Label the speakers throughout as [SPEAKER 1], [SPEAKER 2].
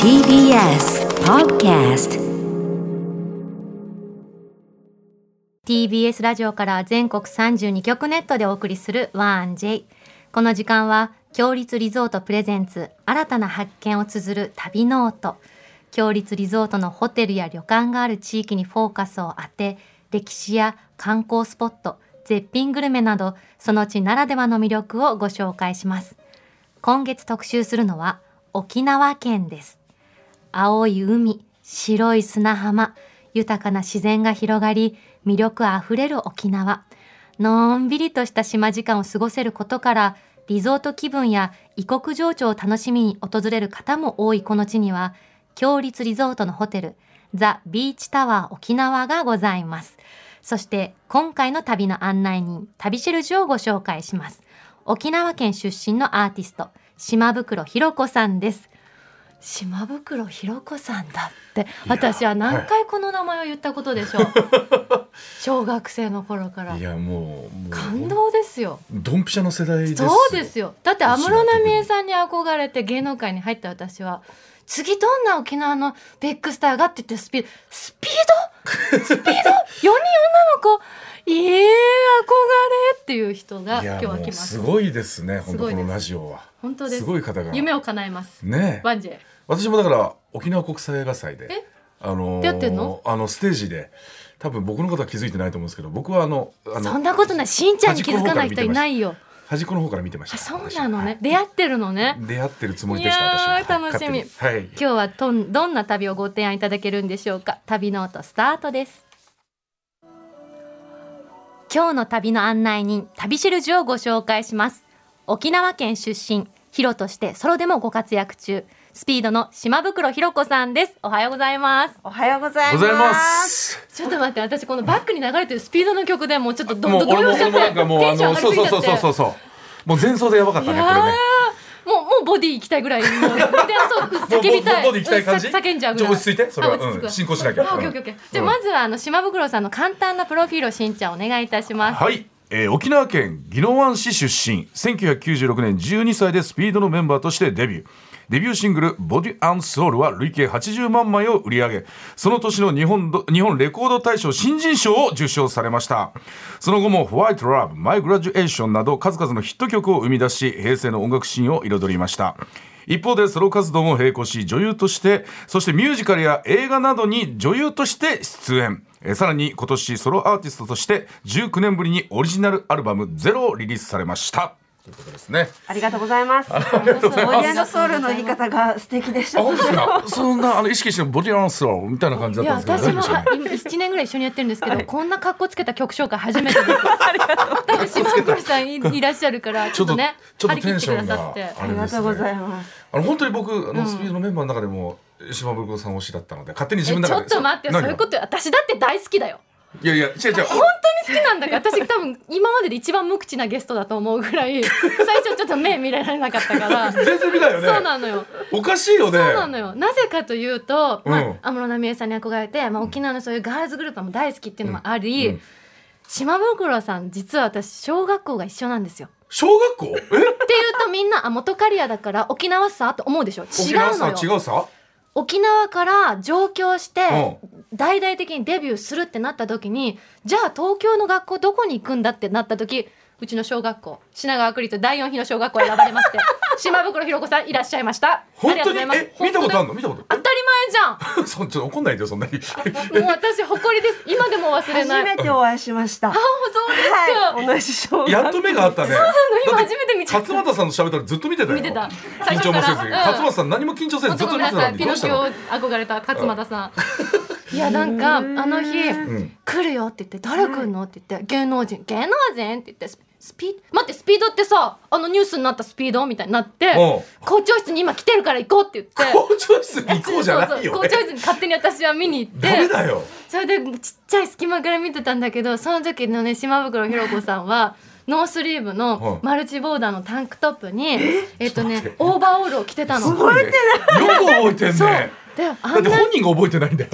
[SPEAKER 1] TBS Podcast
[SPEAKER 2] TBS ラジオから全国32局ネットでお送りする「ワン j この時間は「強立リゾートプレゼンツ新たな発見」を綴る旅ノート強立リゾートのホテルや旅館がある地域にフォーカスを当て歴史や観光スポット絶品グルメなどその地ならではの魅力をご紹介します今月特集するのは沖縄県です青い海、白い砂浜、豊かな自然が広がり、魅力あふれる沖縄。のんびりとした島時間を過ごせることから、リゾート気分や異国情緒を楽しみに訪れる方も多いこの地には、強立リゾートのホテル、ザ・ビーチタワー沖縄がございます。そして、今回の旅の案内人、旅しるじをご紹介します。沖縄県出身のアーティスト、島袋ひろ子さんです。島袋ひろ子さんだって私は何回この名前を言ったことでしょう、はい、小学生の頃から
[SPEAKER 3] いやもう
[SPEAKER 2] 感動ですよ
[SPEAKER 3] ドンピシャの世代です
[SPEAKER 2] そうですよだって安室奈美恵さんに憧れて芸能界に入った私は次どんな沖縄のビッグスターがって言ってスピードスピードスピード4人女の子いえー、憧れっていう人が今日は来ます
[SPEAKER 3] すごいですね本当このラジオは
[SPEAKER 2] 本当です
[SPEAKER 3] ごい方が
[SPEAKER 2] 夢を叶えます
[SPEAKER 3] ね
[SPEAKER 2] バンジェ
[SPEAKER 3] 私もだから沖縄国際映画祭であの
[SPEAKER 2] ー、
[SPEAKER 3] あのステージで多分僕のことは気づいてないと思うんですけど僕はあのあの
[SPEAKER 2] そんなことないしんちゃん気づかない人いないよ
[SPEAKER 3] 端っこの方から見てました
[SPEAKER 2] そうなのね、はい、出会ってるのね
[SPEAKER 3] 出会ってるつもりでした私
[SPEAKER 2] は楽しみ、
[SPEAKER 3] はい、今
[SPEAKER 2] 日はとんどんな旅をご提案いただけるんでしょうか旅ノートスタートです今日の旅の案内人旅しるじをご紹介します沖縄県出身ヒロとしてソロでもご活躍中スピードの島袋ひろ子さんです。おはようございます。
[SPEAKER 4] おはようございます。
[SPEAKER 3] ます
[SPEAKER 2] ちょっと待って、私このバックに流れてるスピードの曲でもうちょっとどんどん動揺しちゃって。
[SPEAKER 3] もうもうあのそうそうそうそうそうもう前奏でやばかったねこれね。
[SPEAKER 2] もうもうボディ行きたいぐらいもうボディそう叫びたい。
[SPEAKER 3] ボディ行きたい感じ。
[SPEAKER 2] 叫んじゃう
[SPEAKER 3] 落ち着いてそれは、うん、進行しなきゃ。
[SPEAKER 2] オッケーオッケーオッケー。じゃあまずはあの島袋さんの簡単なプロフィールをしんちゃんお願いいたします。
[SPEAKER 3] はい。えー、沖縄県宜野湾市出身1996年12歳でスピードのメンバーとしてデビューデビューシングル「ボディソウル」は累計80万枚を売り上げその年の日本日本レコード大賞新人賞を受賞されましたその後も「ホワイト・ラブ」「マイ・グラジュエーション」など数々のヒット曲を生み出し平成の音楽シーンを彩りました一方でソロ活動も並行し女優としてそしてミュージカルや映画などに女優として出演えさらに今年ソロアーティストとして19年ぶりにオリジナルアルバム「ゼロをリリースされましたということですね。
[SPEAKER 4] ありがとうございます。ボディアンソウルの言い方が素敵でした。
[SPEAKER 3] そんなあの意識してボディアンソウルみたいな感じだったんです
[SPEAKER 2] けど。私も今一年ぐらい一緒にやってるんですけど、こんな格好つけた曲紹介初めてです。多分島袋さんいらっしゃるからちょっとね、
[SPEAKER 3] ちょっとテンションが
[SPEAKER 4] ありがとうございます。
[SPEAKER 3] あの本当に僕のスピードのメンバーの中でも島袋さん推しだったので勝手に自分
[SPEAKER 2] ちょっと待ってそういうこと私だって大好きだよ。
[SPEAKER 3] いやいや、違う違う。
[SPEAKER 2] 本当に好きなんだから、私多分今までで一番無口なゲストだと思うぐらい、最初ちょっと目見られなかったから。
[SPEAKER 3] 全然見ないよね。
[SPEAKER 2] そうなのよ。
[SPEAKER 3] おかしいよね。
[SPEAKER 2] そうなのよ。なぜかというと、まあ、安室奈美恵さんに憧れて、まあ、沖縄のそういうガールズグループも大好きっていうのもあり、うんうん、島袋さん、実は私、小学校が一緒なんですよ。
[SPEAKER 3] 小学校えっていう
[SPEAKER 2] とみんな、あ、元カリアだから沖縄さと思うでしょ。違うのよ。
[SPEAKER 3] 違うさ
[SPEAKER 2] 沖縄から上京して大々的にデビューするってなった時にじゃあ東京の学校どこに行くんだってなった時うちの小学校品川区立第4日の小学校選ばれま して島袋ひろ子さんいらっしゃいました
[SPEAKER 3] 本当にあり見たことあるの見たこと
[SPEAKER 2] 当たり前じゃ
[SPEAKER 3] ん そちょ怒んないでそんなに
[SPEAKER 2] もう私誇りです今でも忘れない
[SPEAKER 4] 初めてお会いしましたあ
[SPEAKER 2] そうですか、
[SPEAKER 4] はい、同じ小
[SPEAKER 3] やっと目があったね
[SPEAKER 2] 今初めて見
[SPEAKER 3] 勝俣さんと喋ったらずっと見てた
[SPEAKER 2] 見てた
[SPEAKER 3] 緊張もせず、うん、勝俣さん何も緊張 せずずっと見てた
[SPEAKER 2] ピノキオ憧れた勝俣さんいやなん かあの日「来るよ」って言って「誰来るの?」って言って「芸能人芸能人」って言ってスピ待ってスピードってさあのニュースになったスピードみたいになって校長室に今来てるから行こうって言って
[SPEAKER 3] 校長室に 行こうじゃないよ、
[SPEAKER 2] ね、校長室に勝手に私は見に行ってそれでちっちゃい隙間から見てたんだけどその時のね島袋ひろ子さんは。ノースリーブのマルチボーダーのタンクトップに、えっとね、オーバーオールを着てたの。
[SPEAKER 4] 覚えて
[SPEAKER 3] ない。よく覚えてんね。
[SPEAKER 2] で、
[SPEAKER 3] あ本人が覚えてないんだよ。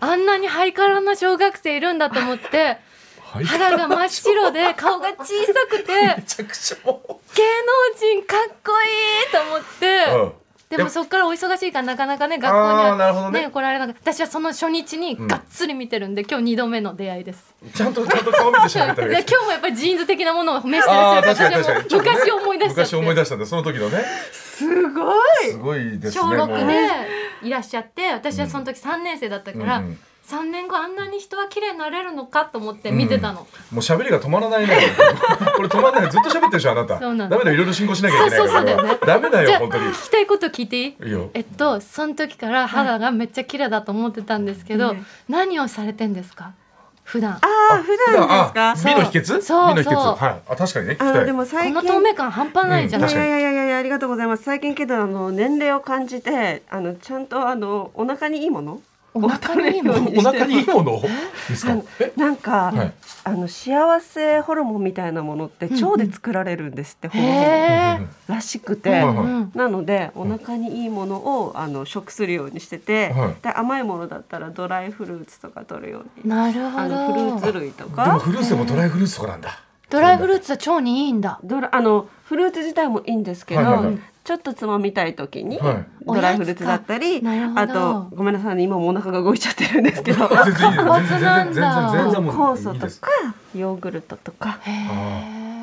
[SPEAKER 2] あんなにハイカラな小学生いるんだと思って。 腹が真っ白で顔が小さくて
[SPEAKER 3] めちゃくちゃも
[SPEAKER 2] う芸能人かっこいいと思って、でもそっからお忙しいからなかなかね学
[SPEAKER 3] あー
[SPEAKER 2] 校に
[SPEAKER 3] なるほ
[SPEAKER 2] は
[SPEAKER 3] ど
[SPEAKER 2] ね
[SPEAKER 3] ね
[SPEAKER 2] 来られなくて私はその初日にがっつり見てるんで、今日二度目の出会いです
[SPEAKER 3] ちゃんとちゃんと顔見てし
[SPEAKER 2] いや
[SPEAKER 3] まっ
[SPEAKER 2] 今
[SPEAKER 3] たり
[SPEAKER 2] 日もやっぱりジーンズ的なものを召して
[SPEAKER 3] あ
[SPEAKER 2] ら
[SPEAKER 3] あ
[SPEAKER 2] っしゃる
[SPEAKER 3] 確かに確
[SPEAKER 2] 私は
[SPEAKER 3] か
[SPEAKER 2] も
[SPEAKER 3] に
[SPEAKER 2] う昔思い出しちゃって
[SPEAKER 3] 昔思い出したんだその時のね
[SPEAKER 4] すごい。
[SPEAKER 3] すごいですね
[SPEAKER 2] 小6
[SPEAKER 3] もう
[SPEAKER 2] でいらっしゃって私はその時3年生だったから、
[SPEAKER 3] うんうん
[SPEAKER 2] 3年後あんなに人は綺麗になれるのかと思って見てたの、
[SPEAKER 3] もう喋りが止まらないね これ止まらないずっと喋ってるでしょあなた
[SPEAKER 2] そうなの
[SPEAKER 3] ダメだよいろいろ進行しなきゃいけない
[SPEAKER 2] そうそうそうだよね
[SPEAKER 3] これはダメだ
[SPEAKER 2] じゃ
[SPEAKER 3] よ
[SPEAKER 2] あ
[SPEAKER 3] 本当に
[SPEAKER 2] 聞きたいこと聞いていい
[SPEAKER 3] いいよ
[SPEAKER 2] えっとその時から肌がめっちゃ綺麗だと思ってたんですけど、
[SPEAKER 4] うん
[SPEAKER 2] 何をされてんですか普段
[SPEAKER 4] ああ、普段ですか。
[SPEAKER 3] あ美の秘訣
[SPEAKER 2] そう
[SPEAKER 3] 美の秘訣
[SPEAKER 2] そう
[SPEAKER 3] はいあ確かにね聞き
[SPEAKER 4] あ
[SPEAKER 3] た
[SPEAKER 4] の
[SPEAKER 3] い
[SPEAKER 4] でも最
[SPEAKER 2] こ
[SPEAKER 4] 近
[SPEAKER 2] の透明感半端ないじゃ
[SPEAKER 3] うん
[SPEAKER 2] な
[SPEAKER 4] や
[SPEAKER 2] い、
[SPEAKER 4] いやいやいやいやありがとうございます最近けどあの年齢を感じてあのちゃんとあのお腹にいいもの
[SPEAKER 2] お腹にいいも
[SPEAKER 4] お
[SPEAKER 2] の
[SPEAKER 4] 腹に
[SPEAKER 3] お腹にいいものです
[SPEAKER 4] あ
[SPEAKER 3] か
[SPEAKER 4] のなんか、
[SPEAKER 3] はい
[SPEAKER 4] あの幸せホルモンみたいなものって腸で作られるんですって、ホルモン
[SPEAKER 2] へー
[SPEAKER 4] らしくて、
[SPEAKER 3] はい
[SPEAKER 2] うん
[SPEAKER 4] なのでお腹にいいものをあの食するようにしてて、
[SPEAKER 3] はい
[SPEAKER 4] で甘いものだったらドライフルーツとか取るように
[SPEAKER 2] なる
[SPEAKER 4] あのフルー
[SPEAKER 2] ほ
[SPEAKER 4] ツ
[SPEAKER 2] ど
[SPEAKER 4] 類と
[SPEAKER 3] でも
[SPEAKER 4] か
[SPEAKER 3] フルーツでもドライフルーツとかなんだ
[SPEAKER 2] ドライフルーツは腸にいいんだ
[SPEAKER 4] ドラあのフルーツ自体もいいんですけど、
[SPEAKER 3] はいはいはい
[SPEAKER 4] ちょっとつまみたい時に、
[SPEAKER 3] はい
[SPEAKER 4] ドライフルーツだったり
[SPEAKER 2] なるほど
[SPEAKER 4] あとごめんなさいね今もうお腹が動いちゃってるんですけどコ
[SPEAKER 3] 全然いいよ全然全然全然全然もう
[SPEAKER 4] ー
[SPEAKER 3] い
[SPEAKER 4] ス
[SPEAKER 3] い
[SPEAKER 4] と
[SPEAKER 3] です
[SPEAKER 4] かヨーグルトとか
[SPEAKER 2] へ
[SPEAKER 3] あ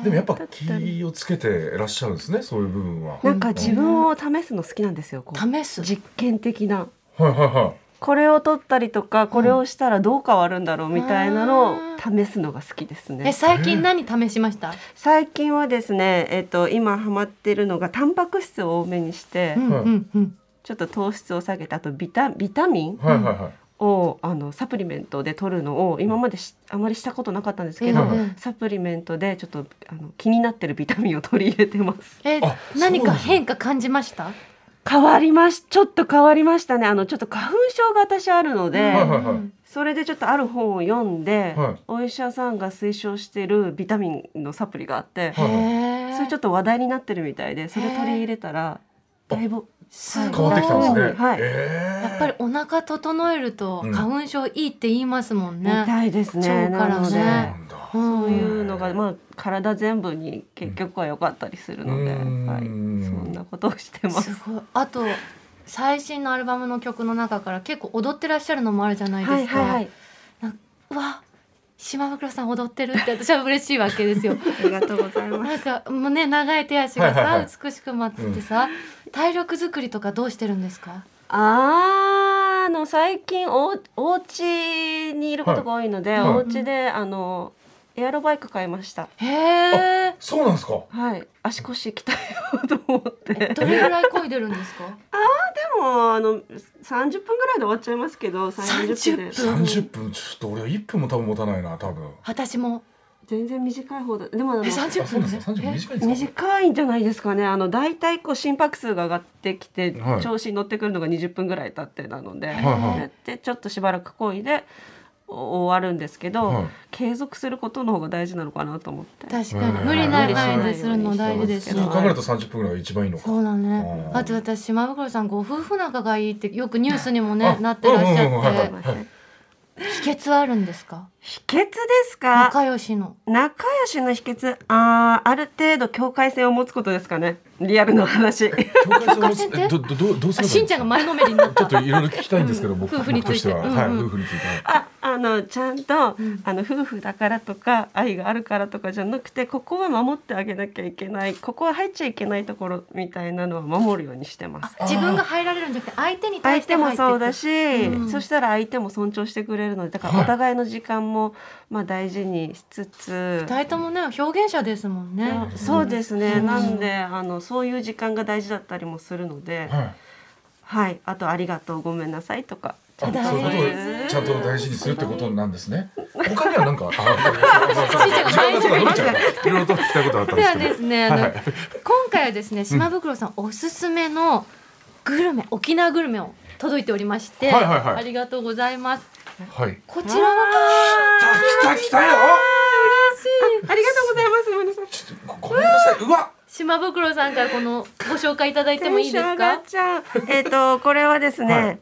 [SPEAKER 2] ー
[SPEAKER 3] ーでもやっぱ気をつけてらっしゃるんですねそういう部分ははい
[SPEAKER 4] なんか自分を試すの好きなんですよこう
[SPEAKER 2] 試す
[SPEAKER 4] 実験的な
[SPEAKER 3] はいは
[SPEAKER 4] これを取ったりとかこれをしたらどう変わるんだろうみたいなのを試すのが好きですね
[SPEAKER 2] え。最近何試しました、
[SPEAKER 4] 最近はですね、えっと今ハマってるのがタンパク質を多めにして、
[SPEAKER 2] うんうんうん
[SPEAKER 4] ちょっと糖質を下げてあとビタビタミン
[SPEAKER 3] いはいはいはい
[SPEAKER 4] をあのサプリメントで取るのを今までしあまりしたことなかったんですけど、
[SPEAKER 3] うん
[SPEAKER 2] うん
[SPEAKER 4] サプリメントでちょっとあの気になってるビタミンを取り入れてます。
[SPEAKER 2] え
[SPEAKER 3] あ
[SPEAKER 2] 何
[SPEAKER 3] そう
[SPEAKER 2] か
[SPEAKER 3] なんだ
[SPEAKER 2] 変化感じました
[SPEAKER 4] 変わりましちょっと変わりましたね。あのちょっと花粉症が私あるので、
[SPEAKER 3] はいはいはい
[SPEAKER 2] うん
[SPEAKER 4] それでちょっとある本を読んで、
[SPEAKER 3] はい
[SPEAKER 4] お医者さんが推奨してるビタミンのサプリがあって、
[SPEAKER 3] はい
[SPEAKER 2] へー
[SPEAKER 4] それちょっと話題になってるみたいでそれ取り入れたらだいぶ
[SPEAKER 2] すごい
[SPEAKER 3] 変わってきたんですね
[SPEAKER 4] はい
[SPEAKER 3] えー
[SPEAKER 2] やっぱりお腹整えると
[SPEAKER 3] うん
[SPEAKER 2] 花粉症いいって言いますもん
[SPEAKER 4] み
[SPEAKER 2] ね。
[SPEAKER 4] たいですね。
[SPEAKER 2] 腸からね
[SPEAKER 4] なの
[SPEAKER 3] そう
[SPEAKER 4] で
[SPEAKER 3] なんだ
[SPEAKER 2] うん
[SPEAKER 4] そういうのがまあ体全部に結局は良かったりするので、
[SPEAKER 3] うん
[SPEAKER 4] はい、そんなことをしてますす。
[SPEAKER 2] ごい。あと最新のアルバムの曲の中から結構踊ってらっしゃるのもあるじゃないですか。
[SPEAKER 4] い、
[SPEAKER 2] うわ島袋さん踊ってるって私 は嬉しいわけですよ。
[SPEAKER 4] ありがとうござい ま
[SPEAKER 2] な
[SPEAKER 4] す。
[SPEAKER 2] んかもうね長い手足がさ、
[SPEAKER 3] はいはいはい
[SPEAKER 2] 美しく舞っててさ、体力作りとかどうしてるんですか。
[SPEAKER 4] あーあの最近おお家にいることが多いので、
[SPEAKER 3] はい
[SPEAKER 4] お家であのエアロバイク買いました。
[SPEAKER 2] へえ。
[SPEAKER 3] そうなんですか
[SPEAKER 4] はい、足腰鍛えようと思って。で
[SPEAKER 2] どれぐらい漕いでるんですか。
[SPEAKER 4] もあの三十分ぐらいで終わっちゃいますけど、30分で
[SPEAKER 2] 30
[SPEAKER 3] 三十分ちょっと俺は一分も多分持たないな多分
[SPEAKER 2] 私も
[SPEAKER 4] 全然短い方だ。でもあの
[SPEAKER 2] え三十
[SPEAKER 3] あそう
[SPEAKER 2] 分
[SPEAKER 3] なんです
[SPEAKER 2] ね
[SPEAKER 3] か三十分短いんですか
[SPEAKER 4] 短いんじゃないですかね。あのだいたいこう心拍数が上がってきて、
[SPEAKER 3] はい
[SPEAKER 4] 調子に乗ってくるのが20分ぐらい経ってなので、
[SPEAKER 3] いはい
[SPEAKER 4] そうやってちょっとしばらくこいでお終わるんですけど、
[SPEAKER 3] はい
[SPEAKER 4] 継続することの方が大事なのかなと思って。
[SPEAKER 2] 確かに
[SPEAKER 3] うん
[SPEAKER 2] 無理ない範囲でするの大事です
[SPEAKER 4] けど
[SPEAKER 3] そう
[SPEAKER 2] よ
[SPEAKER 3] 考えると三十分ぐらいが一番いいのか
[SPEAKER 2] そうだね
[SPEAKER 3] うん
[SPEAKER 2] あと私島袋さんご夫婦仲がいいってよくニュースにも
[SPEAKER 3] あ
[SPEAKER 2] ねなってらっし
[SPEAKER 3] うんうんうんは
[SPEAKER 2] ゃ
[SPEAKER 3] い
[SPEAKER 2] って秘訣あるんですか
[SPEAKER 4] 秘訣ですか。
[SPEAKER 2] 仲良しの
[SPEAKER 4] 仲良しの秘訣、あーある程度境界線を持つことですかね。リアルな話。
[SPEAKER 3] 境界
[SPEAKER 2] 線
[SPEAKER 3] 線
[SPEAKER 2] って
[SPEAKER 3] を持つえどどどどうす
[SPEAKER 2] あ
[SPEAKER 3] ればいい
[SPEAKER 2] しんちゃんが前のめりになっ
[SPEAKER 3] ちょったといろいろ聞きたいんですけど、僕
[SPEAKER 2] 夫婦について
[SPEAKER 3] 僕としては、
[SPEAKER 2] うんうん
[SPEAKER 3] はい、夫婦については。
[SPEAKER 4] ああのちゃんと、
[SPEAKER 2] ん
[SPEAKER 4] あの夫婦だからとか愛があるからとかじゃなくてここは守ってあげなきゃいけないここは入っちゃいけないところみたいなのは守るようにしてます。
[SPEAKER 2] 自分が入られるんじゃなくて相手に対
[SPEAKER 4] 相
[SPEAKER 2] して
[SPEAKER 4] 手も
[SPEAKER 2] 入っていく
[SPEAKER 4] そうだし、
[SPEAKER 2] うん
[SPEAKER 4] そしたら相手も尊重してくれるのでだか
[SPEAKER 3] は
[SPEAKER 4] ら
[SPEAKER 3] い
[SPEAKER 4] お互いの時間も、まあ、大事にしつつ、
[SPEAKER 2] 二人ともね表現者ですもんね
[SPEAKER 4] あそうですね、
[SPEAKER 2] うん
[SPEAKER 4] なんであのそういう時間が大事だったりもするので、
[SPEAKER 3] はい。
[SPEAKER 4] はい、あと「ありがとうごめんなさい」とか
[SPEAKER 3] あそう
[SPEAKER 2] 大事
[SPEAKER 3] いうことをちゃんと大事にするってことなんですね。他にはなんか、あ、
[SPEAKER 2] しんちゃんが
[SPEAKER 3] 時間
[SPEAKER 2] 前
[SPEAKER 3] が
[SPEAKER 2] の
[SPEAKER 3] そう
[SPEAKER 2] めり
[SPEAKER 3] だ伸びちゃうから。いろいろと聞きたいことあったん
[SPEAKER 2] では
[SPEAKER 3] で
[SPEAKER 2] ですすね、あの、今回はですね、島袋さんおすすめのグルメ、沖縄グルメを届いておりまして、
[SPEAKER 3] はいはいはい
[SPEAKER 2] ありがとうございます。
[SPEAKER 3] けど。はい。
[SPEAKER 2] こちらは
[SPEAKER 3] 来た来たよ。
[SPEAKER 2] 嬉しい。
[SPEAKER 4] ありがとうございますごめんなさい
[SPEAKER 3] ちょっとごごめんなさい。うわ。
[SPEAKER 2] 島袋さんからこのご紹介いただいてもいいです
[SPEAKER 4] テンション上がっ
[SPEAKER 2] か。
[SPEAKER 4] ちゃう。えっ、とこれはですね、
[SPEAKER 3] はい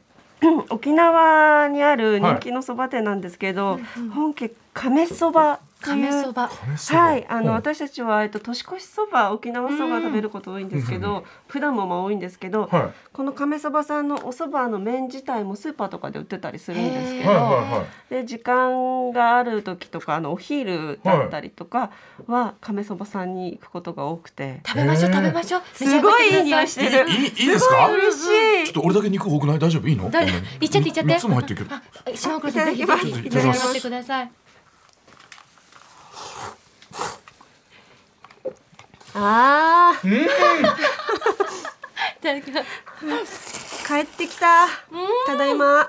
[SPEAKER 4] 沖縄にある人気のそば店なんですけど、本家亀そばという
[SPEAKER 2] 亀そば
[SPEAKER 3] 亀そば
[SPEAKER 4] はい、あの、
[SPEAKER 3] うん
[SPEAKER 4] 私たちは、えっと、年越しそば、沖縄そば食べること多いんですけど、普段もまあ多いんですけど。
[SPEAKER 3] は
[SPEAKER 4] この亀そばさんのおそばの麺自体もスーパーとかで売ってたりするんですけ
[SPEAKER 3] い
[SPEAKER 4] ど、
[SPEAKER 3] はいはいはい
[SPEAKER 4] で時間がある時とかあのお昼だったりとかは亀そばさんに行くことが多くて、
[SPEAKER 2] 食べましょう
[SPEAKER 3] へー
[SPEAKER 2] 食べましょう召し上
[SPEAKER 4] す
[SPEAKER 2] が
[SPEAKER 4] ご
[SPEAKER 2] って
[SPEAKER 4] い
[SPEAKER 2] くださ
[SPEAKER 4] いい匂いしてる
[SPEAKER 3] い。いいいですか
[SPEAKER 4] 嬉
[SPEAKER 3] ちょ
[SPEAKER 4] し
[SPEAKER 3] っ
[SPEAKER 4] い。
[SPEAKER 3] と俺だけ肉多くない大丈夫いいの
[SPEAKER 2] 誰
[SPEAKER 3] ごめん
[SPEAKER 2] いっちゃっていっちゃって
[SPEAKER 3] 三つも入ってるけど
[SPEAKER 2] あ島倉さんぜひぜひ
[SPEAKER 3] い
[SPEAKER 2] 召
[SPEAKER 3] た
[SPEAKER 2] し上
[SPEAKER 3] だきます
[SPEAKER 2] がってください
[SPEAKER 4] ああ、
[SPEAKER 2] いた だきます
[SPEAKER 4] 帰ってきた。ただいま。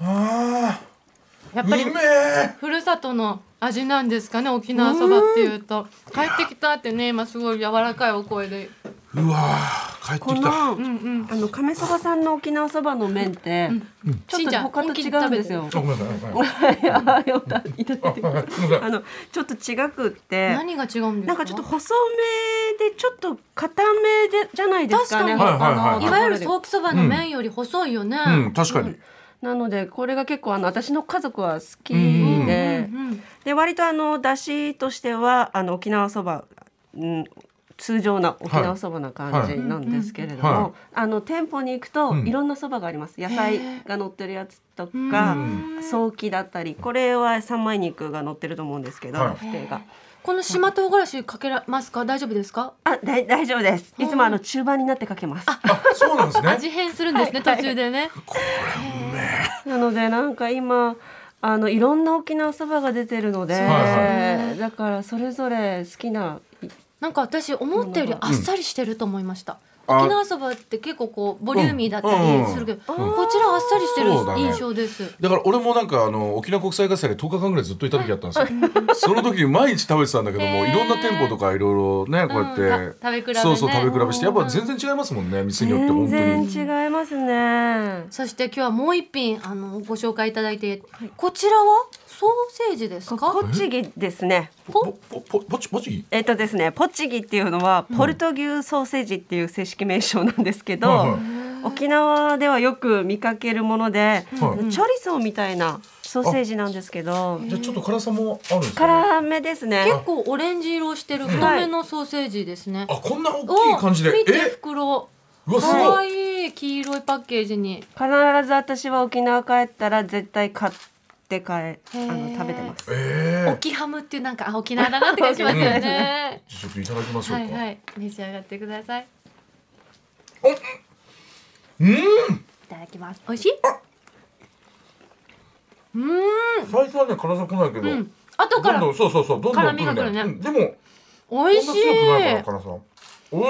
[SPEAKER 3] あ
[SPEAKER 2] やっ
[SPEAKER 3] ー
[SPEAKER 2] ぱ
[SPEAKER 3] う
[SPEAKER 2] り
[SPEAKER 3] めえ
[SPEAKER 2] ふるさとの味なんですかね沖縄そばっていうと帰ってきたってね今すごい柔らかいお声で
[SPEAKER 3] うわー帰って
[SPEAKER 4] こ
[SPEAKER 3] きた
[SPEAKER 4] の、
[SPEAKER 2] うんうん
[SPEAKER 4] あの亀そばさんの沖縄そばの麺って、ち
[SPEAKER 2] し
[SPEAKER 4] ょ
[SPEAKER 2] んち
[SPEAKER 4] っと
[SPEAKER 2] ゃん
[SPEAKER 4] 他と違うんですよ
[SPEAKER 2] 本気で食べて。
[SPEAKER 3] あごめんなさいごめんなさい
[SPEAKER 4] いやよかったいただいて
[SPEAKER 3] あはい すいません
[SPEAKER 4] あのちょっと違くって。
[SPEAKER 2] 何が違うんですか
[SPEAKER 4] なんかちょっと細めでちょっと硬めでじゃないですかね。
[SPEAKER 2] 確かに
[SPEAKER 4] 他の
[SPEAKER 3] はいはい
[SPEAKER 2] わゆるソーキそばの麺より細いよね、
[SPEAKER 3] うん確かに
[SPEAKER 4] なのでこれが結構あの私の家族は好き
[SPEAKER 3] うん
[SPEAKER 4] で、
[SPEAKER 2] うん
[SPEAKER 4] で割とあの出汁としてはあの沖縄そば、うん、通常な沖縄そばな感じなんですけれども、
[SPEAKER 3] はいはいはい
[SPEAKER 4] あの店舗に行くと
[SPEAKER 3] うん
[SPEAKER 4] いろんなそばがあります。
[SPEAKER 2] へ
[SPEAKER 4] 野菜
[SPEAKER 2] ー
[SPEAKER 4] が乗ってるやつと
[SPEAKER 2] う
[SPEAKER 4] か
[SPEAKER 2] ん、
[SPEAKER 4] 早期だったり、これは三枚肉が乗ってると思うんですけど、
[SPEAKER 3] はい
[SPEAKER 4] 不定が。
[SPEAKER 2] この島唐辛子かけらますか大丈夫ですか
[SPEAKER 4] あ、だい大丈夫です。いつもあの中盤になってかけます。
[SPEAKER 3] あそうなんですね
[SPEAKER 2] 味変するんですね、途中でね
[SPEAKER 4] なのでなんか今あのいろんな沖縄そばが出てるので、
[SPEAKER 2] そう
[SPEAKER 3] で
[SPEAKER 4] だからそれぞれ好きな
[SPEAKER 2] なんか私思ったよりあっさりしてると思いました、
[SPEAKER 3] うん
[SPEAKER 2] 沖縄そばって結構こうボリューミーだった
[SPEAKER 3] うん
[SPEAKER 2] りするけど、こちらあっさりしてる
[SPEAKER 3] そうだね
[SPEAKER 2] 印象です、
[SPEAKER 3] だから俺もなんかあの沖縄国際映画祭で10日間ぐらいずっといた時あったんですよその時に毎日食べてたんだけども
[SPEAKER 2] へー
[SPEAKER 3] いろんな店舗とかいろいろねこうやって、
[SPEAKER 2] うんた食べ比べね
[SPEAKER 3] そうそう食べ比べしてやっぱ全然違いますもんね店によって
[SPEAKER 4] 全
[SPEAKER 3] 本当
[SPEAKER 4] 然
[SPEAKER 3] に
[SPEAKER 4] 違いますね。
[SPEAKER 2] そして今日はもう一品あのご紹介いただいて、こちらはソーセージです
[SPEAKER 4] こ
[SPEAKER 2] か
[SPEAKER 4] ポチギですね。
[SPEAKER 3] ぽぽぽぽちぽち
[SPEAKER 4] えっとですね、ポチギっていうのはポルトギュソーセージっていう正式名称なんですけど、
[SPEAKER 3] はいはい
[SPEAKER 4] 沖縄ではよく見かけるもので、
[SPEAKER 3] はい
[SPEAKER 4] チョリソーみたいなソーセージなんですけど、
[SPEAKER 3] じゃあちょっと辛さもあるんですか、ね、
[SPEAKER 4] 辛めですね。
[SPEAKER 2] 結構オレンジ色をしてる太めのソーセージですね、
[SPEAKER 3] あこんな大きい感じで
[SPEAKER 2] お見て
[SPEAKER 3] え
[SPEAKER 2] 袋
[SPEAKER 3] うわす
[SPEAKER 2] かわ
[SPEAKER 3] ごい
[SPEAKER 2] いい黄色いパッケージに
[SPEAKER 4] 必ず私は沖縄帰ったら絶対買って帰あの食べてます。
[SPEAKER 3] ええ
[SPEAKER 2] 沖ハムっていうなんかあ沖縄だなって感じしますよね
[SPEAKER 3] ちょっといただきましょう
[SPEAKER 2] は
[SPEAKER 3] か、
[SPEAKER 2] いはい召し上がってくださいい
[SPEAKER 3] うん
[SPEAKER 2] ただきます美味しいうん
[SPEAKER 3] 最初はね辛さ来ないけど、
[SPEAKER 2] うん後か
[SPEAKER 3] どん
[SPEAKER 2] ら
[SPEAKER 3] どんそうそうそうどんどん
[SPEAKER 2] 辛みが来るね
[SPEAKER 3] うんでも
[SPEAKER 2] 美味しい
[SPEAKER 3] そんな強くないから辛さおい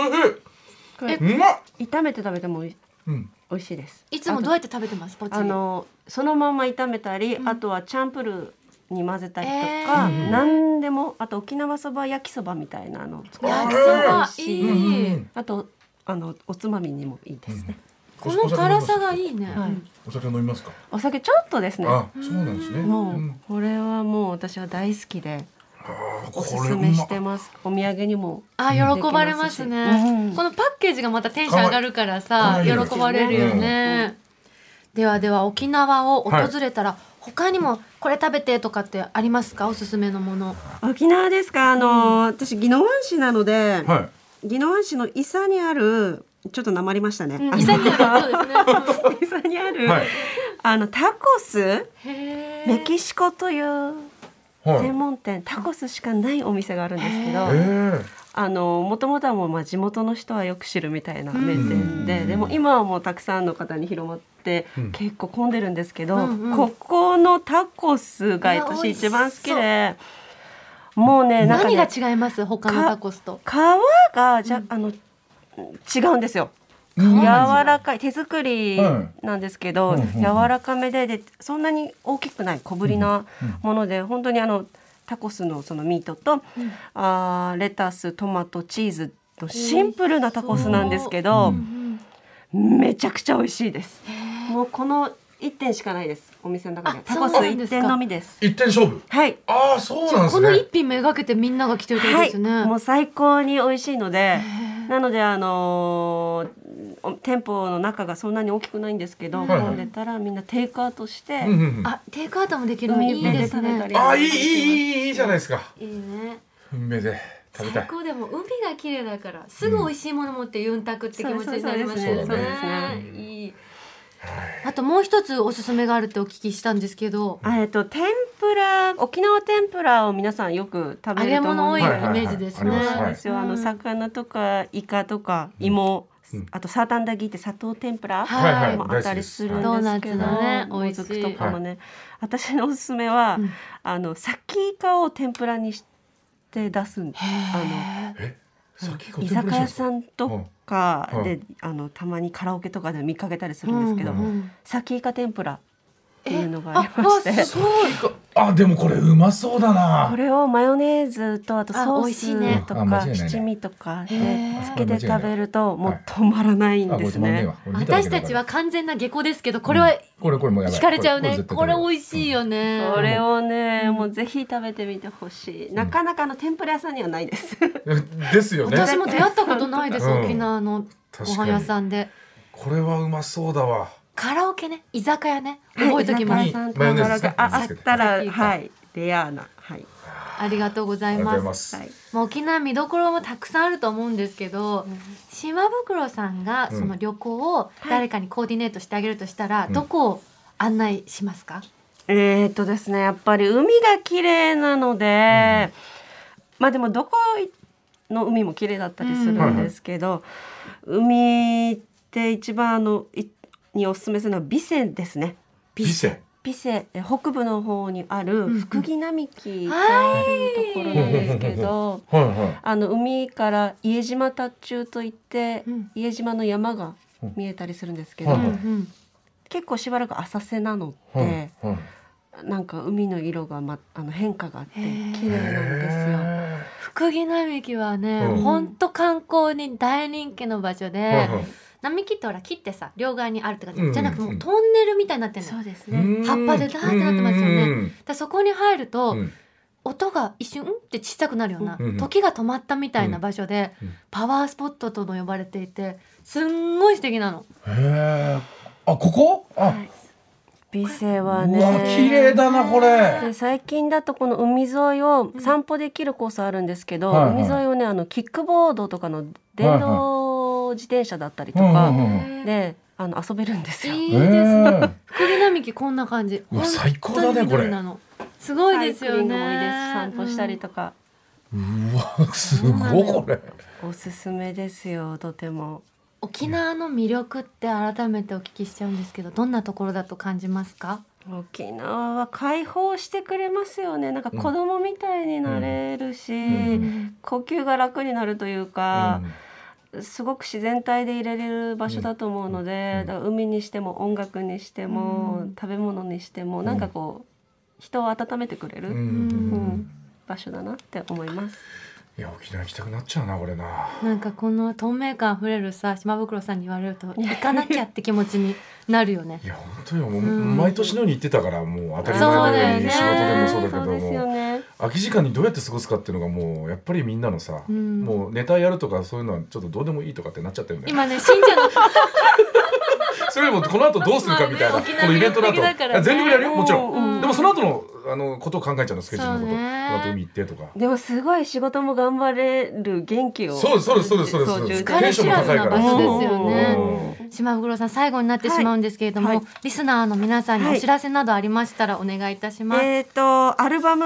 [SPEAKER 4] これ
[SPEAKER 3] しいうまっ
[SPEAKER 4] 炒めて食べてもおい
[SPEAKER 3] うん
[SPEAKER 4] 美味しいです。
[SPEAKER 2] いつもどうやって食べてますポチ
[SPEAKER 4] あのそのまま炒めたり、あとはチャンプルーに混ぜたりとか、
[SPEAKER 2] え
[SPEAKER 4] 何でもあと沖縄そば焼きそばみたいなの作
[SPEAKER 2] 焼きそばいい、
[SPEAKER 4] うんあとあのおつまみにもいいですね。
[SPEAKER 2] この辛さが
[SPEAKER 3] い
[SPEAKER 2] いいね、
[SPEAKER 4] はい
[SPEAKER 3] お酒飲みますか
[SPEAKER 4] お酒ちょっとですね。
[SPEAKER 3] あそうなんですね
[SPEAKER 4] も
[SPEAKER 3] ん
[SPEAKER 4] うこれはもう私は大好きで
[SPEAKER 3] あ
[SPEAKER 4] おす
[SPEAKER 3] これ
[SPEAKER 4] す
[SPEAKER 3] う
[SPEAKER 4] め
[SPEAKER 3] ま
[SPEAKER 4] してます。お土産にも
[SPEAKER 2] あ喜ばれます
[SPEAKER 4] できますし
[SPEAKER 2] ね、
[SPEAKER 4] うん
[SPEAKER 2] このパッケージがまたテンション上がるからさ
[SPEAKER 3] かわいい
[SPEAKER 2] 喜ばれるよね、ではでは沖縄を訪れたら、他にもこれ食べてとかってありますかおすすめのもの
[SPEAKER 4] 沖縄ですか。あの、私宜野湾市なので、
[SPEAKER 3] はい
[SPEAKER 4] 宜野湾市の伊佐にあるちょっとなまりましたね。
[SPEAKER 2] 伊佐にあるそうですね
[SPEAKER 4] 伊佐にある、
[SPEAKER 3] はい
[SPEAKER 4] あのタコス
[SPEAKER 2] へー
[SPEAKER 4] メキシコという
[SPEAKER 3] はい
[SPEAKER 4] 専門店、タコスしかないお店があるんですけど、
[SPEAKER 3] えー
[SPEAKER 4] あのもともとはもうまあ地元の人はよく知るみたいな名店で、
[SPEAKER 3] うん
[SPEAKER 4] でも今はもうたくさんの方に広まって、
[SPEAKER 3] うん
[SPEAKER 4] 結構混んでるんですけど、
[SPEAKER 2] うんうん
[SPEAKER 4] ここのタコスが
[SPEAKER 2] いや美
[SPEAKER 4] 私
[SPEAKER 2] 味しそう
[SPEAKER 4] 一番好きで、もうねなんか
[SPEAKER 2] 何
[SPEAKER 4] ね
[SPEAKER 2] が違います他のタコスと
[SPEAKER 4] 皮がじゃ、あの違うんですよ。
[SPEAKER 3] うん
[SPEAKER 4] 柔らかい手作り
[SPEAKER 3] は
[SPEAKER 4] なんですけど、
[SPEAKER 3] うんうんうん
[SPEAKER 4] 柔らかめででそんなに大きくない小ぶりなもので、本当にあのタコスのそのミートと、あーレタストマトチーズのシンプルなタコスなんですけど、
[SPEAKER 2] うん
[SPEAKER 4] めちゃくちゃ美味しいです。もうこの一点しかないですお店の中で
[SPEAKER 2] あ
[SPEAKER 4] タコス
[SPEAKER 2] そうなんで
[SPEAKER 4] 一
[SPEAKER 2] すか
[SPEAKER 4] 点のみです。
[SPEAKER 3] 一点勝負
[SPEAKER 4] はい
[SPEAKER 3] ああそうなんです
[SPEAKER 2] こ
[SPEAKER 3] ね
[SPEAKER 2] の一品めがけてみんなが来てるってこと
[SPEAKER 4] は
[SPEAKER 2] で
[SPEAKER 4] い
[SPEAKER 2] すよね、
[SPEAKER 4] もう最高に美味しいので、なのであのーお店舗の中がそんなに大きくないんですけど、
[SPEAKER 3] はい
[SPEAKER 4] 混んでたらみんなテイクアウトし
[SPEAKER 3] う
[SPEAKER 4] て、
[SPEAKER 3] んうんうん
[SPEAKER 5] あ、テイクアウトもできるの
[SPEAKER 4] 海
[SPEAKER 5] いい
[SPEAKER 4] 辺
[SPEAKER 5] で
[SPEAKER 4] です食べた
[SPEAKER 5] ね。
[SPEAKER 4] り
[SPEAKER 3] あいいいいいいいいじゃないですか
[SPEAKER 2] いいね
[SPEAKER 3] 運命で食べた
[SPEAKER 2] 最
[SPEAKER 3] い
[SPEAKER 2] 高でも海が綺麗だからすぐ美味しいもの持ってユンタクって気持ちになりますよ
[SPEAKER 3] そうです
[SPEAKER 4] ね
[SPEAKER 2] ねいいあともう一つおすすめがあるってお聞きしたんですけど
[SPEAKER 4] あえっと天ぷら沖縄天ぷらを皆さんよく食
[SPEAKER 2] 揚
[SPEAKER 4] べ
[SPEAKER 2] げ
[SPEAKER 4] ると
[SPEAKER 2] 物
[SPEAKER 4] 思う
[SPEAKER 2] 多
[SPEAKER 4] ん
[SPEAKER 2] い
[SPEAKER 4] で
[SPEAKER 2] イメ
[SPEAKER 4] すよ
[SPEAKER 2] ー
[SPEAKER 3] はは
[SPEAKER 2] ジです
[SPEAKER 3] あります
[SPEAKER 4] そう
[SPEAKER 2] ね
[SPEAKER 3] は
[SPEAKER 4] で
[SPEAKER 3] い
[SPEAKER 4] すよ、あ
[SPEAKER 2] う
[SPEAKER 4] の
[SPEAKER 2] ん
[SPEAKER 4] 魚とかイカとか芋、
[SPEAKER 3] うん
[SPEAKER 4] あとサーターアンダギーって砂糖天ぷら
[SPEAKER 2] はいはい
[SPEAKER 4] もあったりするんですけど、
[SPEAKER 2] 大好きですドーナツのね
[SPEAKER 4] も
[SPEAKER 2] 美
[SPEAKER 4] ず
[SPEAKER 2] 味しい
[SPEAKER 4] くとかもね、私のおすすめは、
[SPEAKER 2] うん
[SPEAKER 4] あのサキイカを天ぷらにして出すんあ
[SPEAKER 3] え先
[SPEAKER 4] の居酒屋さ
[SPEAKER 3] ん
[SPEAKER 4] んとか
[SPEAKER 3] うん
[SPEAKER 4] で、
[SPEAKER 3] う
[SPEAKER 4] あのたまにカラオケとかで見かけたりするんですけど、
[SPEAKER 3] うん
[SPEAKER 4] サキイカ天ぷらっていうのがあ
[SPEAKER 2] あ
[SPEAKER 4] り、ま
[SPEAKER 2] わ
[SPEAKER 4] し
[SPEAKER 2] す
[SPEAKER 4] て。
[SPEAKER 2] ごい
[SPEAKER 3] あでもこれうまそうだ
[SPEAKER 4] こ
[SPEAKER 3] な
[SPEAKER 4] れをマヨネーズとあと
[SPEAKER 2] あ
[SPEAKER 4] ソ
[SPEAKER 2] 美
[SPEAKER 4] ー
[SPEAKER 2] 味しいね
[SPEAKER 4] スと
[SPEAKER 3] あ間違
[SPEAKER 4] か
[SPEAKER 3] いないね
[SPEAKER 4] 七味とかで
[SPEAKER 2] へー
[SPEAKER 4] つけて食べるともう止まらない
[SPEAKER 3] あ
[SPEAKER 4] ん
[SPEAKER 3] こ
[SPEAKER 4] で
[SPEAKER 3] れ
[SPEAKER 4] す
[SPEAKER 3] 止まんねえ
[SPEAKER 4] ね
[SPEAKER 3] わ。これ見だ
[SPEAKER 2] 私
[SPEAKER 3] け
[SPEAKER 2] た
[SPEAKER 3] だから
[SPEAKER 2] ちは完全な下戸ですけどこれは
[SPEAKER 3] これこれもうやばい
[SPEAKER 2] 惹かれちゃうね
[SPEAKER 3] 絶対
[SPEAKER 2] これ
[SPEAKER 3] 食べる
[SPEAKER 2] 美味しいよね
[SPEAKER 4] これをねもうぜひ食べてみてほしい。なかなかあの天ぷら屋さんにはないです。
[SPEAKER 3] ですよね
[SPEAKER 2] 私も出会ったことないです
[SPEAKER 3] うん
[SPEAKER 2] 沖縄のご
[SPEAKER 3] 確か
[SPEAKER 2] 飯
[SPEAKER 3] に
[SPEAKER 2] 屋さんで
[SPEAKER 3] これはうまそうだわ
[SPEAKER 2] カラオケね居酒屋ね覚えときま
[SPEAKER 3] は
[SPEAKER 2] す
[SPEAKER 3] い
[SPEAKER 4] 居酒屋さんとか
[SPEAKER 3] マヨネーズね
[SPEAKER 4] ああった
[SPEAKER 2] サキイ
[SPEAKER 4] ら
[SPEAKER 2] カ
[SPEAKER 4] はいレアなはい
[SPEAKER 2] ありがとうござ
[SPEAKER 3] あ
[SPEAKER 2] い
[SPEAKER 3] りがとうござい
[SPEAKER 2] ま
[SPEAKER 3] ますす
[SPEAKER 4] はい。
[SPEAKER 2] もう沖縄見どころもたくさんあると思うんですけど、島袋さんが
[SPEAKER 3] うん
[SPEAKER 2] その旅行を誰かにコーディネートしてあげるとしたら、
[SPEAKER 3] うん
[SPEAKER 2] どこを案内しますか、
[SPEAKER 4] えーっとですねやっぱり海が綺麗なので、まあでもどこの海も綺麗だったりするんですけど、海って一番あのいにおすすめするのは美セですね。
[SPEAKER 3] ビセ
[SPEAKER 4] ピセえ北部の方にある福木並木という
[SPEAKER 2] は
[SPEAKER 4] ところなんですけど。
[SPEAKER 3] はいは
[SPEAKER 4] あの海から家島達中といって、
[SPEAKER 2] うん
[SPEAKER 4] 家島の山が見えたりするんですけど、
[SPEAKER 3] うん
[SPEAKER 2] うん
[SPEAKER 3] は
[SPEAKER 2] う
[SPEAKER 3] い
[SPEAKER 2] ん、
[SPEAKER 4] 結構しばらく浅瀬なの
[SPEAKER 3] いは
[SPEAKER 4] で、
[SPEAKER 3] いはい
[SPEAKER 4] なんか海の色が、ま、あの変化があって
[SPEAKER 2] へー
[SPEAKER 4] 綺麗なんですよ。
[SPEAKER 3] へ
[SPEAKER 2] 福木並木はね、
[SPEAKER 3] うん
[SPEAKER 2] ほんと観光に大人気の場所で、
[SPEAKER 3] ーはいはい
[SPEAKER 2] 並木ってほら切ってさ両側にあるって感じ、
[SPEAKER 3] うん
[SPEAKER 2] じゃなくてもうトンネルみたいになってるのよ、
[SPEAKER 4] そうです
[SPEAKER 3] う
[SPEAKER 4] ね。
[SPEAKER 3] ん
[SPEAKER 2] 葉っぱでダーってなってますよね
[SPEAKER 3] うん
[SPEAKER 2] だからそこに入ると、
[SPEAKER 3] うん
[SPEAKER 2] 音が一瞬んって小さくなるような、
[SPEAKER 3] うんうん
[SPEAKER 2] 時が止まったみたいな場所で、
[SPEAKER 3] うんうん
[SPEAKER 2] パワースポットとも呼ばれていてすんごい素敵なの
[SPEAKER 3] へーあここあ
[SPEAKER 4] 美星は
[SPEAKER 3] うわ綺
[SPEAKER 4] ね。
[SPEAKER 3] 麗だなこ
[SPEAKER 4] で
[SPEAKER 3] れ
[SPEAKER 4] 最近だとこの海沿いを散歩できるコースあるんですけど、
[SPEAKER 3] はいはい
[SPEAKER 4] 海沿いをねあのキックボードとかの電動自転車だったりと
[SPEAKER 3] うんう
[SPEAKER 4] か
[SPEAKER 3] んうん
[SPEAKER 2] へー
[SPEAKER 4] であの遊べるんですよ。
[SPEAKER 2] いい
[SPEAKER 3] へ
[SPEAKER 2] ですね
[SPEAKER 3] ー
[SPEAKER 2] 福利並木こんな感じ
[SPEAKER 3] うわ最高だね
[SPEAKER 2] 本当に緑
[SPEAKER 3] これ
[SPEAKER 2] なのすごいですよね
[SPEAKER 4] サイクリングもいいです散歩したりとか、
[SPEAKER 3] うわすごいこれ
[SPEAKER 4] おすすめですよとても。
[SPEAKER 2] うん沖縄の魅力って改めてお聞きしちゃうんですけどどんなところだと感じますか
[SPEAKER 4] 沖縄は解放してくれますよね。なんか子供みたいになれるし、
[SPEAKER 3] ん
[SPEAKER 4] 呼吸が楽になるというか、すごく自然体でいられる場所だと思うので、
[SPEAKER 3] うん
[SPEAKER 4] だから海にしても音楽にしても、
[SPEAKER 2] うん
[SPEAKER 4] 食べ物にしても、なんかこう人を温めてくれ
[SPEAKER 3] うんう
[SPEAKER 4] る
[SPEAKER 3] ん
[SPEAKER 4] 場所だなって思います。
[SPEAKER 3] いや沖縄行きたくなっちゃうなこれな
[SPEAKER 2] なんかこの透明感あふれるさ島袋さんに言われると行かなきゃって気持ち になるよね
[SPEAKER 3] いや本当よもう
[SPEAKER 2] うん
[SPEAKER 3] 毎年のように行ってたからもう当たり前
[SPEAKER 2] そうだ
[SPEAKER 3] のよ
[SPEAKER 2] よ
[SPEAKER 3] うに
[SPEAKER 2] ね
[SPEAKER 3] 仕事でもそうだけど
[SPEAKER 4] そうですよ
[SPEAKER 3] も
[SPEAKER 4] ね。
[SPEAKER 3] 空き時間にどうやって過ごすかっていうのがもうやっぱりみんなのさ
[SPEAKER 2] うん
[SPEAKER 3] もうネタやるとかそういうのはちょっとどうでもいいとかってなっちゃってるんだよ
[SPEAKER 2] 今ね信者の
[SPEAKER 3] それよりもこの後どうするかみたい
[SPEAKER 2] ま
[SPEAKER 3] な
[SPEAKER 2] あね
[SPEAKER 3] このイベントだ
[SPEAKER 2] 沖縄魅力的だから
[SPEAKER 3] と
[SPEAKER 2] ね
[SPEAKER 3] 全力でやるよもちろ
[SPEAKER 4] うん
[SPEAKER 3] んでもその後のあのことを考えちゃうのスケジュールのこと
[SPEAKER 2] そう
[SPEAKER 3] こ
[SPEAKER 2] ね
[SPEAKER 3] の後海行ってとか
[SPEAKER 4] でもすごい仕事も頑張れる元気を。
[SPEAKER 3] そうですそうですそうですそうです
[SPEAKER 4] 充実
[SPEAKER 2] 疲れ知らずな場所ですよね
[SPEAKER 3] う
[SPEAKER 2] 島袋さん最後になってしまうんですけれども、
[SPEAKER 4] はいはい
[SPEAKER 2] リスナーの皆さんに
[SPEAKER 4] はい
[SPEAKER 2] お知らせなどありましたらお願いいたします。
[SPEAKER 4] えっ、とアルバム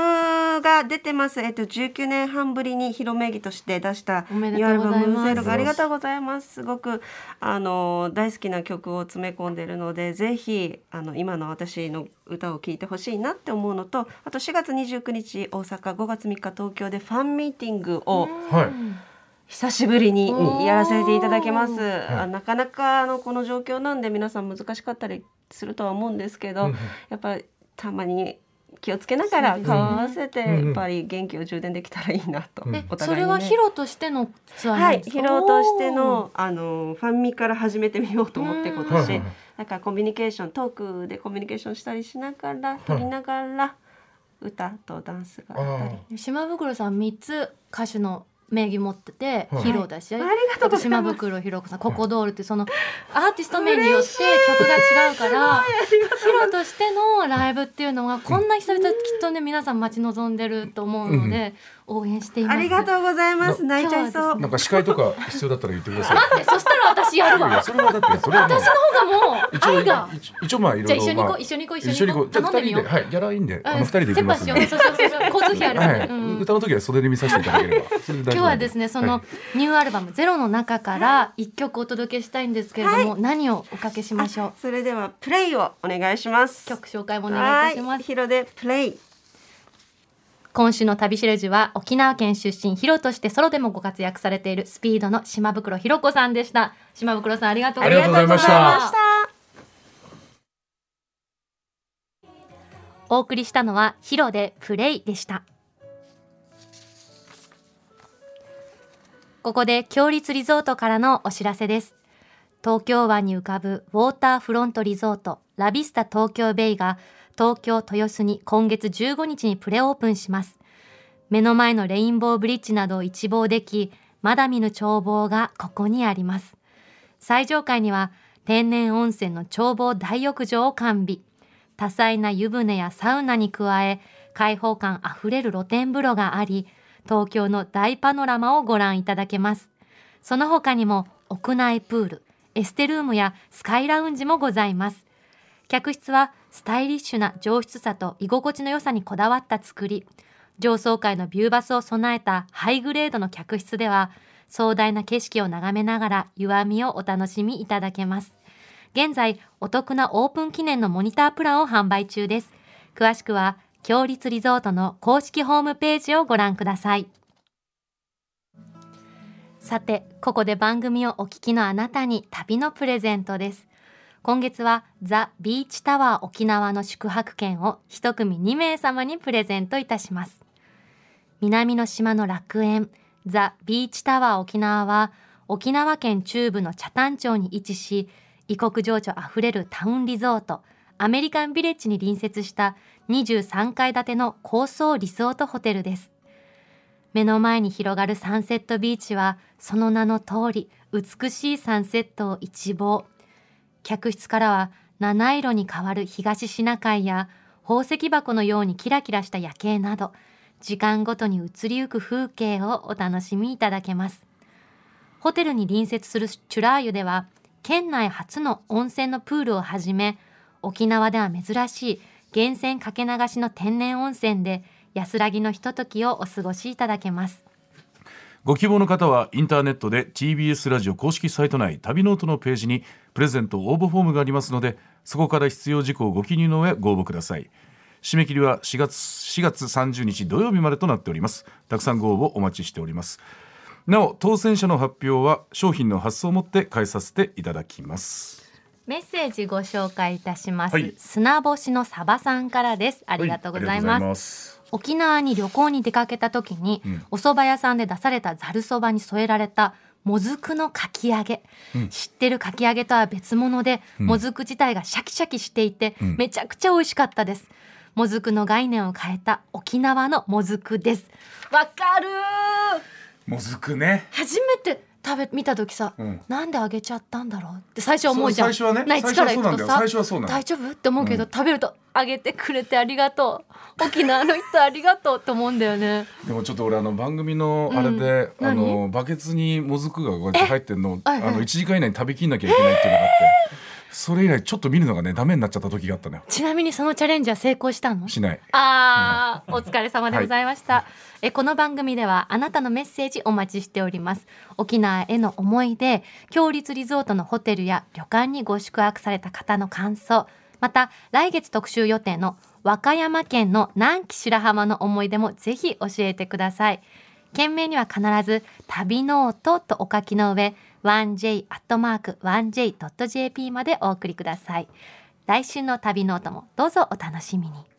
[SPEAKER 4] が出てます。えっ、と19年半ぶりに広めぎとして出した
[SPEAKER 2] おめで
[SPEAKER 4] ニ
[SPEAKER 2] と
[SPEAKER 4] ュ
[SPEAKER 2] う
[SPEAKER 4] ーアル
[SPEAKER 2] ご
[SPEAKER 4] バ
[SPEAKER 2] ざいます
[SPEAKER 4] ムゼロがありがとうございます。すごくあの大好きな曲を詰め込んでるので、ぜひあの今の私の歌を聴いてほしいなって思うのと、あと4月29日大阪、5月3日東京でファンミーティングを
[SPEAKER 3] はい
[SPEAKER 4] 久しぶりにやらせていただきま
[SPEAKER 2] お
[SPEAKER 4] す。
[SPEAKER 3] い
[SPEAKER 4] あなかなかあのこの状況なんで皆さん難しかったりするとは思うんですけど、
[SPEAKER 3] うん
[SPEAKER 4] やっぱたまに気をつけながら
[SPEAKER 2] そうですね
[SPEAKER 4] 顔を合わせて
[SPEAKER 3] うんうん
[SPEAKER 4] やっぱり元気を充電できたらいいなと、
[SPEAKER 3] うん
[SPEAKER 2] え
[SPEAKER 4] お互
[SPEAKER 2] そ
[SPEAKER 4] い
[SPEAKER 2] れ
[SPEAKER 4] にね
[SPEAKER 2] はヒロとしてのツアーな
[SPEAKER 4] は
[SPEAKER 2] ん
[SPEAKER 4] い
[SPEAKER 2] ですか
[SPEAKER 4] 疲労としてのあのファンミから始めてみようと思って今
[SPEAKER 3] うんはい
[SPEAKER 4] 年
[SPEAKER 3] はい
[SPEAKER 4] なんかコミュニケーショントークでコミュニケーションしたりしながら取りながら歌とダンスがあったり
[SPEAKER 3] あ。
[SPEAKER 2] 島袋さん3つ歌手の
[SPEAKER 6] 名義持ってて、
[SPEAKER 3] はい
[SPEAKER 6] ヒーローだし、
[SPEAKER 4] ありがとうございます
[SPEAKER 6] 島袋ひろ子さんココドールってそのアーティスト名によって曲が違うからヒロとしてのライブっていうのはこんな久々きっとね皆さん待ち望んでると思うので、応援しています
[SPEAKER 4] ありが
[SPEAKER 6] う
[SPEAKER 4] とうございます。泣いちゃいそう。
[SPEAKER 3] なんか司会とか必要だったら言ってください。
[SPEAKER 6] でそしたら私やるわ
[SPEAKER 3] いやそれはだってそれはもう
[SPEAKER 6] 私の方がもう
[SPEAKER 3] 一
[SPEAKER 6] 愛が
[SPEAKER 3] 応一一応まあい
[SPEAKER 6] じ
[SPEAKER 3] ろ
[SPEAKER 6] ゃあ
[SPEAKER 3] い
[SPEAKER 6] 一緒
[SPEAKER 3] ろ
[SPEAKER 6] に行
[SPEAKER 3] ま
[SPEAKER 6] こ
[SPEAKER 3] あ
[SPEAKER 6] う一緒に行こう一緒に行こう
[SPEAKER 3] じゃあ
[SPEAKER 6] 頼ん
[SPEAKER 3] 二
[SPEAKER 6] でみ
[SPEAKER 3] 人
[SPEAKER 6] よう
[SPEAKER 3] ではいやらいいんであの
[SPEAKER 6] うん
[SPEAKER 3] 二人で行きますん
[SPEAKER 6] 切
[SPEAKER 3] で。
[SPEAKER 6] 羽しようそうそうそう交通費あるか
[SPEAKER 3] は
[SPEAKER 6] ら、
[SPEAKER 3] い
[SPEAKER 6] うん
[SPEAKER 3] 歌の時は袖で見させていただければ。それで大丈
[SPEAKER 6] 今
[SPEAKER 3] 夫なん
[SPEAKER 6] 日はですねその、
[SPEAKER 3] はい
[SPEAKER 6] ニューアルバム「ゼロの中から一曲お届けしたいんですけれども、何をおかけしましょう
[SPEAKER 4] それではプレイをお願いします。
[SPEAKER 6] 曲紹介もお願
[SPEAKER 4] はい
[SPEAKER 6] いたします
[SPEAKER 4] い、ヒロでプレイ。
[SPEAKER 2] 今週の旅しるじは沖縄県出身ヒロとしてソロでもご活躍されているスピードの島袋ひろ子さんでした島袋さんありがとうございました
[SPEAKER 3] ありがとうございました
[SPEAKER 4] ありがとうございました。
[SPEAKER 2] お送りしたのはヒロでプレイでしたここで強立リゾートからのお知らせです東京湾に浮かぶウォーターフロントリゾートラビスタ東京ベイが東京豊洲に今月15日にプレオープンします目の前のレインボーブリッジなどを一望できまだ見ぬ眺望がここにあります最上階には天然温泉の眺望大浴場を完備多彩な湯船やサウナに加え開放感あふれる露天風呂があり東京の大パノラマをご覧いただけますその他にも屋内プールエステルームやスカイラウンジもございます客室はスタイリッシュな上質さと居心地の良さにこだわった作り上層階のビューバスを備えたハイグレードの客室では壮大な景色を眺めながら湯あみをお楽しみいただけます現在お得なオープン記念のモニタープランを販売中です詳しくは強立リゾートの公式ホームページをご覧くださいさてここで番組をお聞きのあなたに旅のプレゼントです今月はザ・ビーチタワー沖縄の宿泊券を一組2名様にプレゼントいたします南の島の楽園ザ・ビーチタワー沖縄は沖縄県中部の北谷町に位置し異国情緒あふれるタウンリゾートアメリカンビレッジに隣接した23階建ての高層リゾートホテルです目の前に広がるサンセットビーチはその名の通り美しいサンセットを一望客室からは七色に変わる東シナ海や宝石箱のようにキラキラした夜景など時間ごとに移りゆく風景をお楽しみいただけますホテルに隣接するチュラー湯では県内初の温泉のプールをはじめ沖縄では珍しい源泉かけ流しの天然温泉で安らぎのひとときをお過ごしいただけます
[SPEAKER 3] ご希望の方はインターネットで TBS ラジオ公式サイト内旅ノートのページにプレゼント応募フォームがありますのでそこから必要事項をご記入の上ご応募ください締め切りは4月 ,4 月30日土曜日までとなっておりますたくさんご応募お待ちしておりますなお当選者の発表は商品の発送をもって返させていただきます
[SPEAKER 2] メッセージご紹介いたします、
[SPEAKER 3] はい
[SPEAKER 2] 砂星のサバさんからですあ
[SPEAKER 3] あ
[SPEAKER 2] りがとうございます
[SPEAKER 3] す
[SPEAKER 2] 沖縄に旅行に出かけた時に、
[SPEAKER 3] ん
[SPEAKER 2] お蕎麦屋さんで出されたざるそばに添えられたもずくのかき揚げ、知ってるかき揚げとは別物で、もずく自体がシャキシャキしていて、
[SPEAKER 3] ん
[SPEAKER 2] めちゃくちゃ美味しかったですもずくの概念を変えた沖縄のもずくですわかるー
[SPEAKER 3] もずくね
[SPEAKER 2] 初めて食べ見た時さ、
[SPEAKER 3] うん
[SPEAKER 2] なんで揚げちゃったんだろうって最初思うじゃん
[SPEAKER 3] そう最初はね
[SPEAKER 2] ない力いくとさ
[SPEAKER 3] 最初はそうなんだよ
[SPEAKER 2] 大丈夫って思うけど、食べると揚げてくれてありがとう沖縄の人ありがとうって思うんだよね
[SPEAKER 3] でもちょっと俺あの番組のあれで、
[SPEAKER 2] うん
[SPEAKER 3] あのバケツにもずくがこうやって入ってるのを
[SPEAKER 2] は
[SPEAKER 3] あ
[SPEAKER 2] いはい
[SPEAKER 3] の1時間以内に食べきんなきゃいけないっていうのがあって、それ以来ちょっと見るのがねダメになっちゃった時があったのよ
[SPEAKER 2] ちなみにそのチャレンジは成功したの
[SPEAKER 3] しない
[SPEAKER 2] あーお疲れ様でございました、えこの番組ではあなたのメッセージお待ちしております沖縄への思い出強立リゾートのホテルや旅館にご宿泊された方の感想また来月特集予定の和歌山県の南紀白浜の思い出もぜひ教えてください件名には必ず「旅ノート」とお書きの上 1j.jp までお送りください来週の旅ノートもどうぞお楽しみに